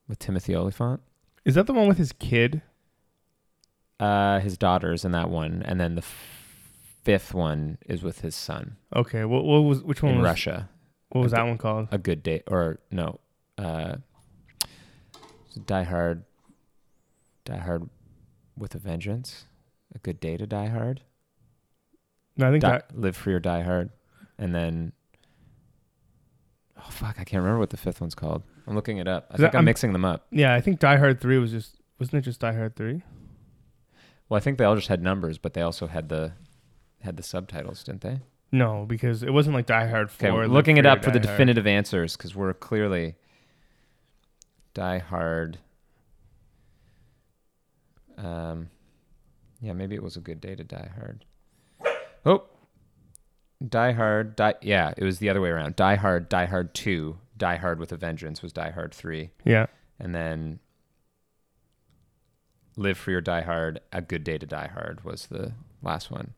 S3: with Timothy Oliphant.
S1: Is that the one with his kid?
S3: Uh, his daughter's in that one, and then the f- fifth one is with his son
S1: Okay, what, what was which one
S3: in
S1: was
S3: Russia.
S1: what was that one called?
S3: A good day, or no, uh, it's Die Hard, Die Hard with a Vengeance. A good day to Die Hard.
S1: No, I think
S3: Di-
S1: that
S3: Live Free or Die Hard, and then oh fuck, I can't remember what the fifth one's called. I'm looking it up. I
S1: Is
S3: think
S1: that-
S3: I'm,
S1: I'm-
S3: mixing them up.
S1: Yeah, I think Die Hard Three was just wasn't it just Die Hard Three?
S3: Well, I think they all just had numbers, but they also had the had the subtitles, didn't they?
S1: No, because it wasn't like Die Hard Four.
S3: Okay, we're
S1: Live
S3: looking it
S1: Free or
S3: up for
S1: Die
S3: the
S1: Hard.
S3: definitive answers because we're clearly Die Hard. Um, yeah, maybe it was a good day to Die Hard. Oh, Die Hard, die, yeah, it was the other way around. Die Hard, Die Hard Two, Die Hard with a Vengeance was Die Hard Three,
S1: Yeah,
S3: and then Live Free or Die Hard, A Good Day to Die Hard was the last one.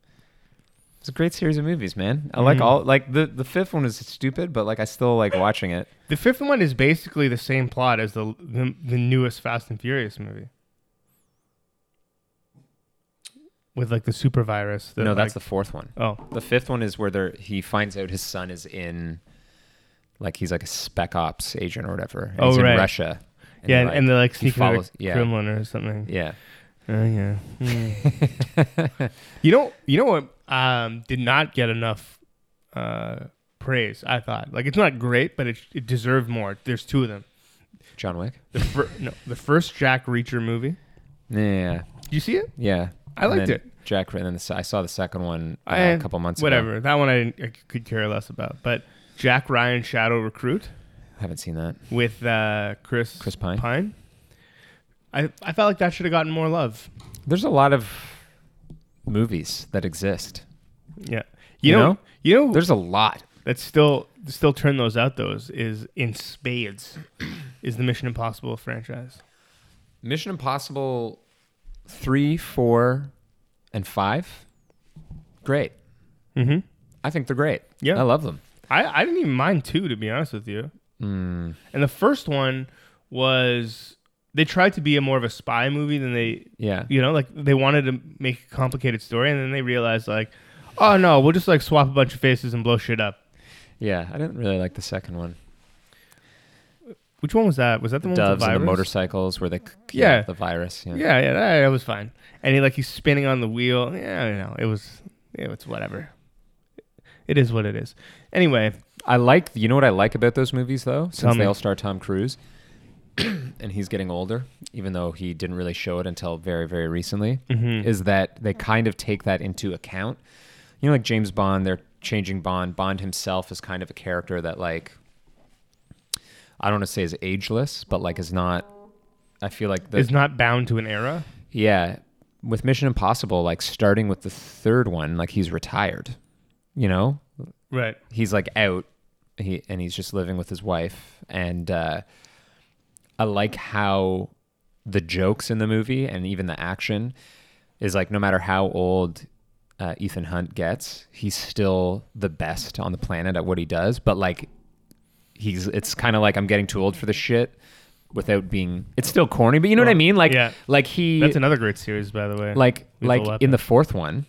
S3: It's a great series of movies, man. I like
S1: Mhm.
S3: all like the the fifth one is stupid, but like I still like watching it.
S1: the fifth one is basically the same plot as the the, the newest Fast and Furious movie. With like the super virus. that,
S3: no, that's the
S1: like-
S3: fourth one.
S1: oh
S3: The fifth one is where there he finds out his son is in like he's like a spec ops agent or whatever. and
S1: Oh,
S3: he's
S1: right.
S3: in Russia.
S1: yeah, and, and they're like
S3: he
S1: sneaking into
S3: follows-
S1: the
S3: yeah.
S1: Kremlin or something.
S3: yeah.
S1: Oh yeah. Hmm. you know, you know what? Um, did not get enough uh praise. I thought like it's not great, but it it deserved more. There's two of them.
S3: John Wick.
S1: The fir- no, the first Jack Reacher movie.
S3: Yeah.
S1: Did you see it?
S3: Yeah.
S1: I liked it.
S3: Jack and then the, I saw the second one uh,
S1: Eh,
S3: a couple months ago.
S1: Whatever. That one I, didn't, I could care less about. But Jack Ryan Shadow Recruit
S3: Haven't seen that.
S1: with uh, Chris
S3: Chris Pine.
S1: Pine. I I felt like that should have gotten more love.
S3: There's a lot of movies that exist.
S1: Yeah. You,
S3: You
S1: know,
S3: know?
S1: you know
S3: There's a lot.
S1: that's still still turn those out though is, is in spades is the Mission Impossible franchise.
S3: Mission Impossible three, four, and five. Great.
S1: Mm-hmm.
S3: I think they're great.
S1: Yeah.
S3: I love them.
S1: I, I didn't even mind two to be honest with you.
S3: Mm,
S1: And the first one was they tried to be a more of a spy movie than they
S3: yeah.
S1: you know like they wanted to make a complicated story and then they realized like oh no we'll just like swap a bunch of faces and blow shit up
S3: Yeah. I didn't really like the second one.
S1: which one was that was that the,
S3: The
S1: one with
S3: doves
S1: the,
S3: and the
S1: virus?
S3: motorcycles were the
S1: Yeah.
S3: the virus. Yeah.
S1: yeah yeah that, that was fine and he like he's spinning on the wheel yeah you know it was Yeah, it's whatever. It is what it is. Anyway,
S3: I like you know what I like about those movies though, since
S1: Tell me.
S3: they all star Tom Cruise, and he's getting older, even though he didn't really show it until very very recently, is that they kind of take that into account. You know, like James Bond, they're changing Bond. Bond himself is kind of a character that like I don't want to say is ageless, but like is not. I feel like the,
S1: it's not bound to an era.
S3: yeah, with Mission Impossible, like starting with the third one, like he's retired. You know,
S1: Right.
S3: he's like out he and he's just living with his wife and uh i like how the jokes in the movie and even the action is like no matter how old uh, ethan hunt gets he's still the best on the planet at what he does but like he's it's kind of like i'm getting too old for this shit without being it's still corny but you know what i
S1: Well,
S3: mean like
S1: yeah.
S3: like he
S1: That's another great series, by the way.
S3: like
S1: Lethal
S3: like
S1: Weapon.
S3: in the fourth one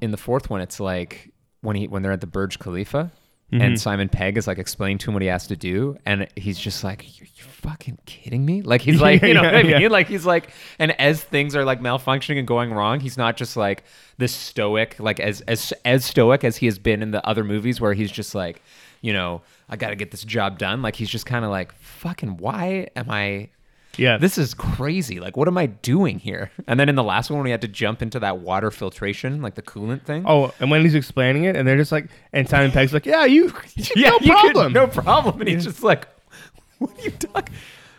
S3: in the fourth one it's like when he when they're at the burj khalifa
S1: Mm-hmm.
S3: and simon pegg is like explaining to him what he has to do and he's just like you're, you fucking kidding me like he's like you know what i
S1: Yeah,
S3: mean
S1: yeah.
S3: like he's like and as things are like malfunctioning and going wrong he's not just like this stoic like as as as stoic as he has been in the other movies where he's just like you know i gotta get this job done like he's just kind of like fucking why am i
S1: yeah,
S3: this is crazy. Like, what am I doing here? And then in the last one, when we had to jump into that water filtration, like the coolant thing.
S1: Oh, and when he's explaining it, and they're just like, and Simon Pegg's like, "Yeah, you, no
S3: you could-
S1: problem."
S3: no problem. And he's just like, what are you talking?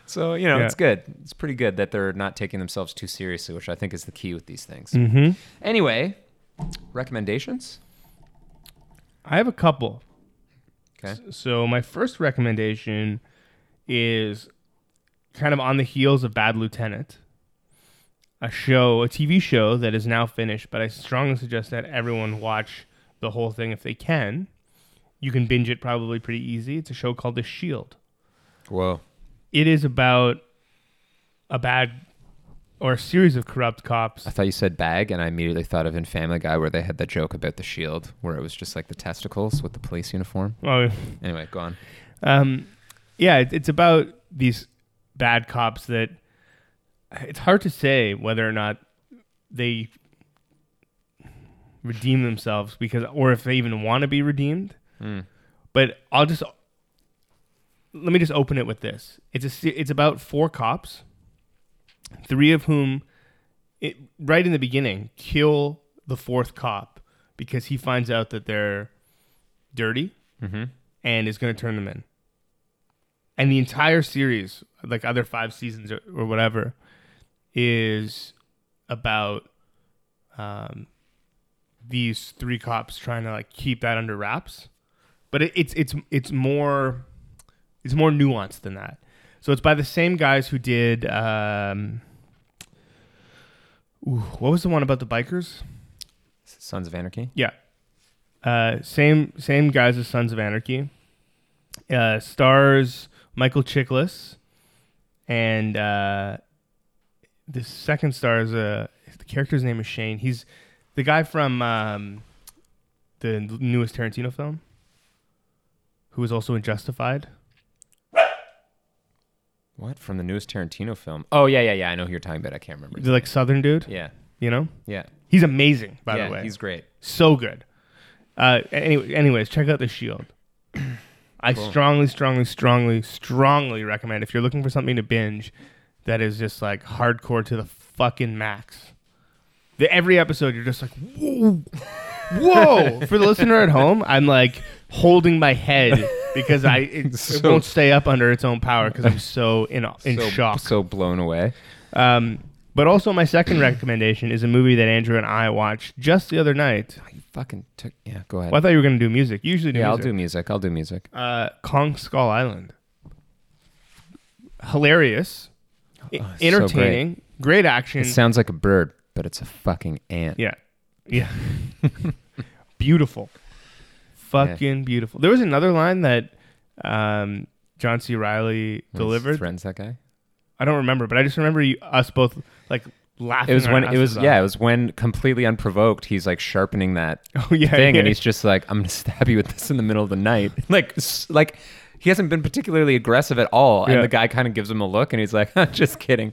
S3: So, you know,
S1: Yeah.
S3: it's good. It's pretty good that they're not taking themselves too seriously, which I think is the key with these things.
S1: hmm
S3: Anyway, recommendations?
S1: I have a couple.
S3: Okay.
S1: So my first recommendation is kind of on the heels of Bad Lieutenant, a show, a TV show that is now finished, but I strongly suggest that everyone watch the whole thing if they can. You can binge it probably pretty easy. It's a show called The Shield.
S3: Whoa.
S1: It is about a bad or a series of corrupt cops
S3: I thought you said bag, and I immediately thought of in Family Guy where they had that joke about the shield, where it was just like the testicles with the police uniform.
S1: Oh,
S3: Anyway, go on.
S1: um, yeah, it, it's about these bad cops that it's hard to say whether or not they redeem themselves because, or if they even want to be redeemed.
S3: Mm.
S1: But I'll just let me just open it with this. It's a se- it's about four cops, three of whom, it, right in the beginning, kill the fourth cop because he finds out that they're dirty
S3: Mm-hmm.
S1: and is going to turn them in. And the entire series, like other five seasons or, or whatever, is about um, these three cops trying to like keep that under wraps. But it, it's it's it's more it's more nuanced than that. So it's by the same guys who did um, ooh, what was the one about the bikers?
S3: Sons of Anarchy.
S1: Uh, same same guys as Sons of Anarchy. Uh, stars Michael Chiklis, and uh, the second star is uh, the character's name is Shane. He's the guy from um, the newest Tarantino film, who was also in Justified.
S3: What from the newest Tarantino film? Oh yeah, yeah, yeah. I know who you're talking about. I can't remember.
S1: The like Southern dude,
S3: Yeah,
S1: you know.
S3: yeah.
S1: He's amazing, by
S3: yeah,
S1: the way.
S3: he's great.
S1: so good. Uh, anyway, anyways, check out the Shield. I
S3: Cool.
S1: strongly, strongly, strongly, strongly recommend if you're looking for something to binge that is just like hardcore to the fucking max. The every episode you're just like, whoa, whoa. for the listener at home, I'm like holding my head because I it, it
S3: So-
S1: won't stay up under its own power because I'm so in in
S3: so,
S1: shock.
S3: So blown away.
S1: Um, but also my second recommendation is a movie that Andrew and I watched just the other night.
S3: Oh, you fucking took. Yeah, go ahead.
S1: Well, I thought you were going to do music. You usually do
S3: yeah, I'll
S1: music.
S3: do music. I'll do music.
S1: Uh, Kong Skull Island. Hilarious, I-
S3: Oh, it's so
S1: entertaining, great. action.
S3: It sounds like a bird, but it's a fucking ant.
S1: yeah, yeah, beautiful, fucking beautiful. There was another line that um, John C. Riley
S3: When he
S1: delivered.
S3: Threatens that guy.
S1: I don't remember, but I just remember you, us both like laughing.
S3: It was
S1: our
S3: when it was
S1: asses
S3: yeah. It
S1: off.
S3: was when completely unprovoked, he's like sharpening that
S1: oh yeah,
S3: thing,
S1: yeah.
S3: and he's just like, "I'm gonna stab you with this in the middle of the night." like, s- like he hasn't been particularly aggressive at all,
S1: Yeah.
S3: and the guy kind of gives him a look, and he's like, "Just kidding."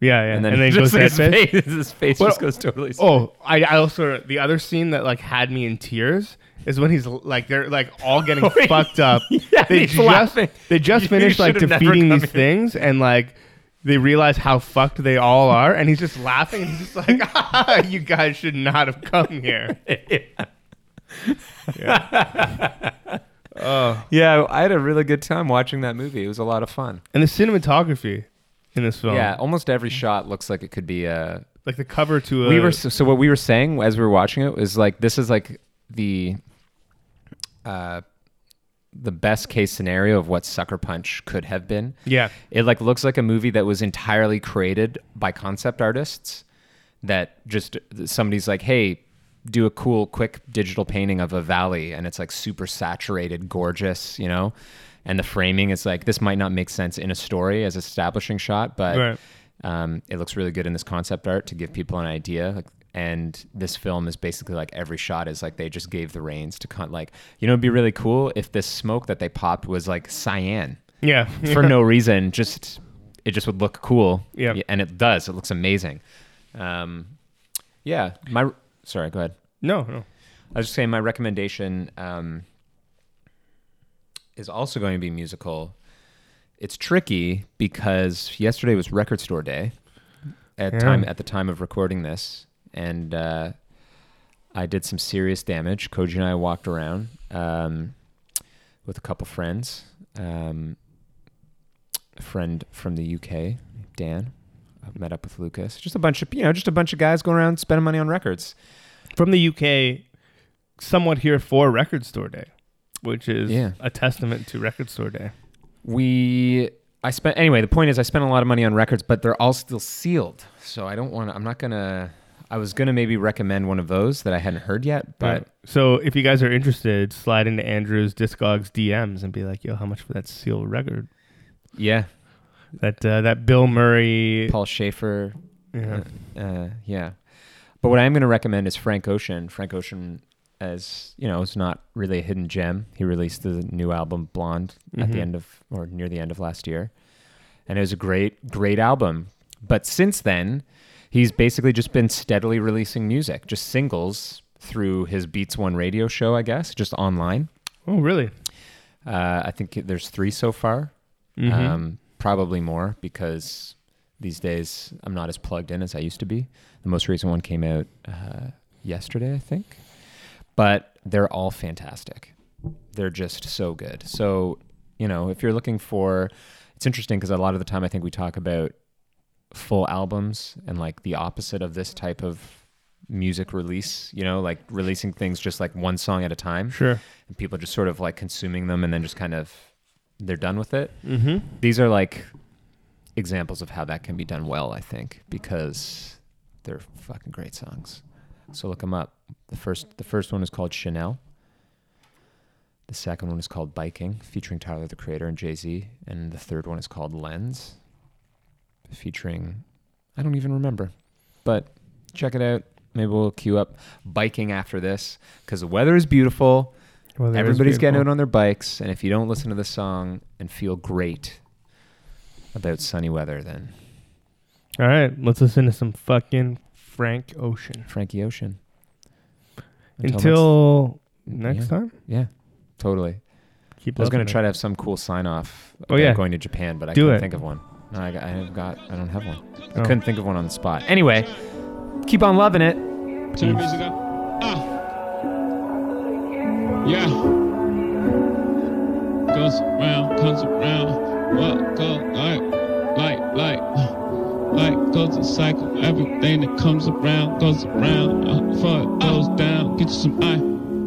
S1: Yeah, yeah.
S3: and then,
S1: it
S3: he
S1: goes
S3: just, his
S1: that bit.
S3: face, his face
S1: Well,
S3: just goes totally.
S1: Oh, I, I also the other scene that like had me in tears is when he's like they're like all getting fucked up.
S3: Oh, Yeah,
S1: they
S3: he's
S1: just
S3: laughing.
S1: they just
S3: You
S1: finished like
S3: should've never
S1: defeating
S3: come
S1: these
S3: here.
S1: things and like they realize how fucked they all are and he's just laughing and he's just like ah, you guys should not have come here. Oh.
S3: yeah, I had a really good time watching that movie. It was a lot of fun.
S1: And the cinematography in this film.
S3: Yeah, almost every shot looks like it could be uh,
S1: Like the cover to a
S3: we were so, so what we were saying as we were watching it was like this is like the uh the best case scenario of what sucker punch could have been
S1: Yeah.
S3: it like looks like a movie that was entirely created by concept artists that just somebody's like hey do a cool quick digital painting of a valley and it's like super saturated gorgeous you know and the framing is like this might not make sense in a story as establishing shot but
S1: Right.
S3: um, it looks really good in this concept art to give people an idea like, and this film is basically like every shot is like they just gave the reins to con- like you know it'd be really cool if this smoke that they popped was like cyan
S1: Yeah.
S3: for no reason. Just it just would look cool.
S1: Yeah.
S3: and it does. It looks amazing. Um, yeah. My sorry. Go ahead.
S1: No, no.
S3: I was just saying my recommendation um, is also going to be musical. It's tricky because yesterday was record store day at
S1: Yeah.
S3: time at the time of recording this, and uh, I did some serious damage. Koji and I walked around um, with a couple friends. Um, a friend from the UK, Dan. I met up with Lucas. Just a bunch of you know, just a bunch of guys going around spending money on records.
S1: from the UK, somewhat here for Record Store Day, which is
S3: Yeah.
S1: a testament to Record Store Day.
S3: we i spent anyway the point is i spent a lot of money on records but they're all still sealed so i don't want to i'm not gonna i was gonna maybe recommend one of those that i hadn't heard yet but
S1: Right. so if you guys are interested, slide into Andrew's Discogs DMs and be like, "Yo, how much for that sealed record?
S3: yeah
S1: That uh, that Bill Murray."
S3: paul schaefer
S1: Yeah.
S3: uh, yeah but what i am gonna recommend is frank ocean frank ocean as you know is not really a hidden gem he released the new album blonde at the
S1: Mhm.
S3: end of or near the end of last year and it was a great great album but since then he's basically just been steadily releasing music just singles through his beats one radio show i guess just online
S1: Oh, really?
S3: uh, i think there's three so far
S1: Mhm.
S3: um, probably more because these days i'm not as plugged in as i used to be the most recent one came out uh, yesterday i think but they're all fantastic they're just so good so you know if you're looking for it's interesting because a lot of the time i think we talk about full albums and like the opposite of this type of music release you know like releasing things just like one song at a time
S1: sure.
S3: and people just sort of like consuming them and then just kind of they're done with it
S1: Mm-hmm.
S3: these are like examples of how that can be done well, I think, because they're fucking great songs. So look them up. The first the first one is called Chanel. The second one is called Biking, featuring Tyler the Creator and Jay Z, and the third one is called Lens, featuring I don't even remember, but check it out. Maybe we'll queue up biking after this because the weather is beautiful.
S1: Well, there is
S3: Everybody's getting out
S1: beautiful.
S3: on their bikes, and if you don't listen to the song and feel great about sunny weather, then
S1: All right, let's listen to some fucking Frank Ocean.
S3: Frankie Ocean.
S1: Until
S3: next,
S1: next, time,
S3: yeah, yeah, totally.
S1: keep.
S3: I was gonna
S1: listening.
S3: try to have some cool sign off.
S1: Oh, yeah.
S3: going to Japan, but I
S1: Do
S3: couldn't
S1: it.
S3: think of one. No, I, got, I have got, I don't have one. I
S1: Oh.
S3: couldn't think of one on the spot. Anyway, keep on loving it.
S4: Turn the music up. Ah. Yeah. Goes round, comes around. What go like, like, like, like goes a cycle. Everything that comes around goes around. Uh, before it goes down, get you some eye.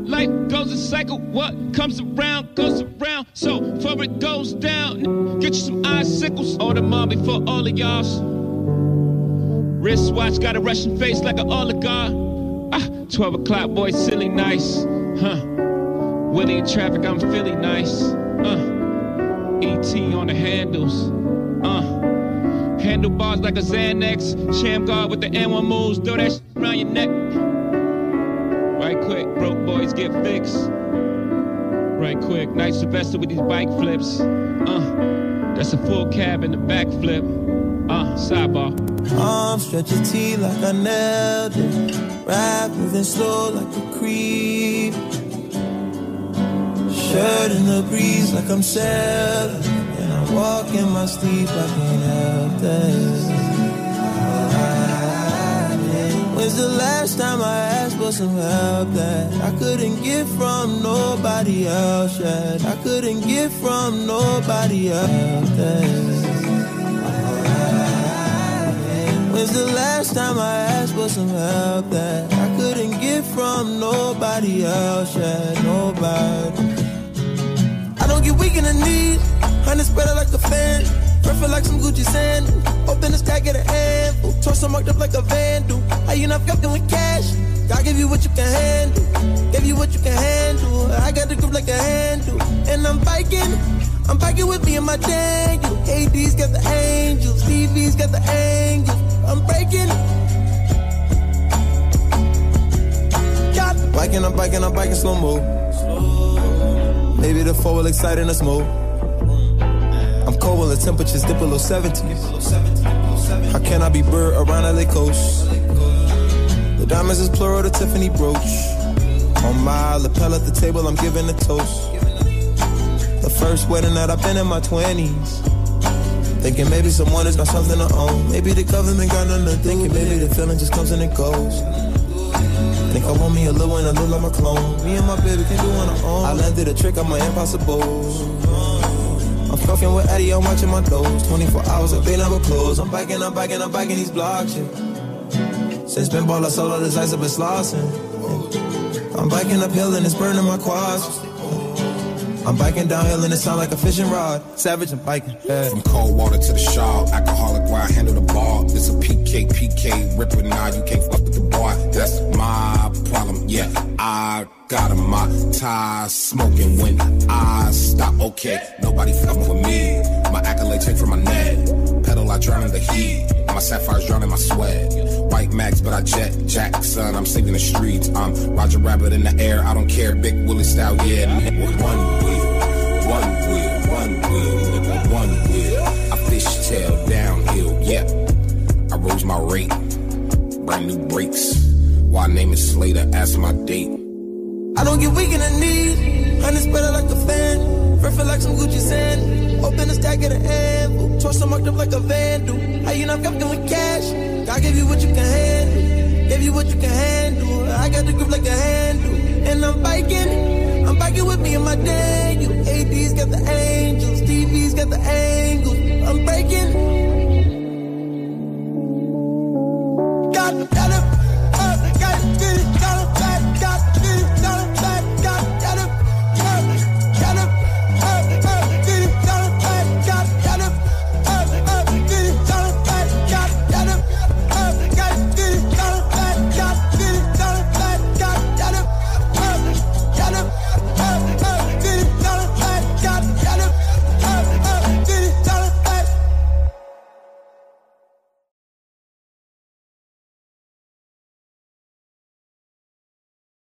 S4: Life goes a cycle. What comes around goes around. So before it goes down, get you some icicles. Order mom before all of y'all's. Wristwatch got a Russian face like an oligarch. Ah, 12 o'clock, boy, silly nice. Huh. Willie in traffic, I'm Philly nice. Uh. ET on the handles. Uh. Handlebars like a Xanax. Sham guard with the N1 moves. Throw that shit around your neck. Right quick, broke boys get fixed. Right quick, night Sylvester with these bike flips. Uh. That's a full cab and a backflip. Uh, sidebar.
S5: Arm stretch your T like I nailed it. Rap moving slow like a creep. Shirt in the breeze like I'm sailing. And I walk in my sleep, I can't help this. When's the last time I asked for some help that I couldn't get from nobody else yet? I couldn't get from nobody else. Yet. When's the last time I asked for some help that I couldn't get from nobody else? Yeah, nobody. I don't get weak in the knees. Honey spread out like a fan. Perfect like some Gucci sand. Open the stack at a handful. Torso marked up like a vandal. How you not fucking with cash? God give you what you can handle. Give you what you can handle. I got the grip like a handle. And I'm biking. I'm biking with me and my Daniel. AD's got the angels. TV's got the angels. I'm breaking. God. Biking, I'm biking, I'm biking slow mo. Maybe the four will excite in a smoke. I'm cold when the temperatures dip below 70. How can I be bird around LA coast? The diamonds is plural, the Tiffany brooch. On my lapel at the table, I'm giving a toast. The first wedding that I've been in my 20s. Thinking maybe someone is not something to own. Maybe the government got nothing to thinking. Maybe the feeling just comes and it goes. Think I want me a little one, I look like my clone. Me and my baby can do on our own. I landed a trick on my impossibles. I'm fucking with Eddie, I'm watching my toes. 24 hours of they never close. I'm biking, I'm biking, I'm biking these blocks. Yeah. Since been ball, I sold all this ice, I've been slossing. I'm biking uphill and it's burning my quads. I'm biking downhill and it sound like a fishing rod. Savage, I'm biking. Yeah.
S6: From cold water to the shawl, alcoholic where I handle the ball. It's a PK, PK, ripper, nah, you can't fuck with the boy. That's my problem, yeah. I got 'em. my tie smoking when I stop, okay. Nobody fucking with me. My accolade take from my neck. Pedal, I drown in the heat. My sapphire's drowning my sweat. White Max, but I jet Jackson. I'm saving the streets. I'm Roger Rabbit in the air. I don't care. Big Willie style, yeah. One wheel, one wheel, one wheel, nigga, one wheel. I fishtail downhill, yeah. I rose my rate. Brand new brakes. Why name it Slater? Ask my date.
S5: I don't get weak in the knees. Honey spread out like a fan. Perfect like some Gucci sand. Open the stack at a handful. Torso marked up like a vandal. How you not fucking with cash? God give you what you can handle. Give you what you can handle. I got the grip like a handle. And I'm biking. I'm biking with me and my Daniel. AD's got the angels.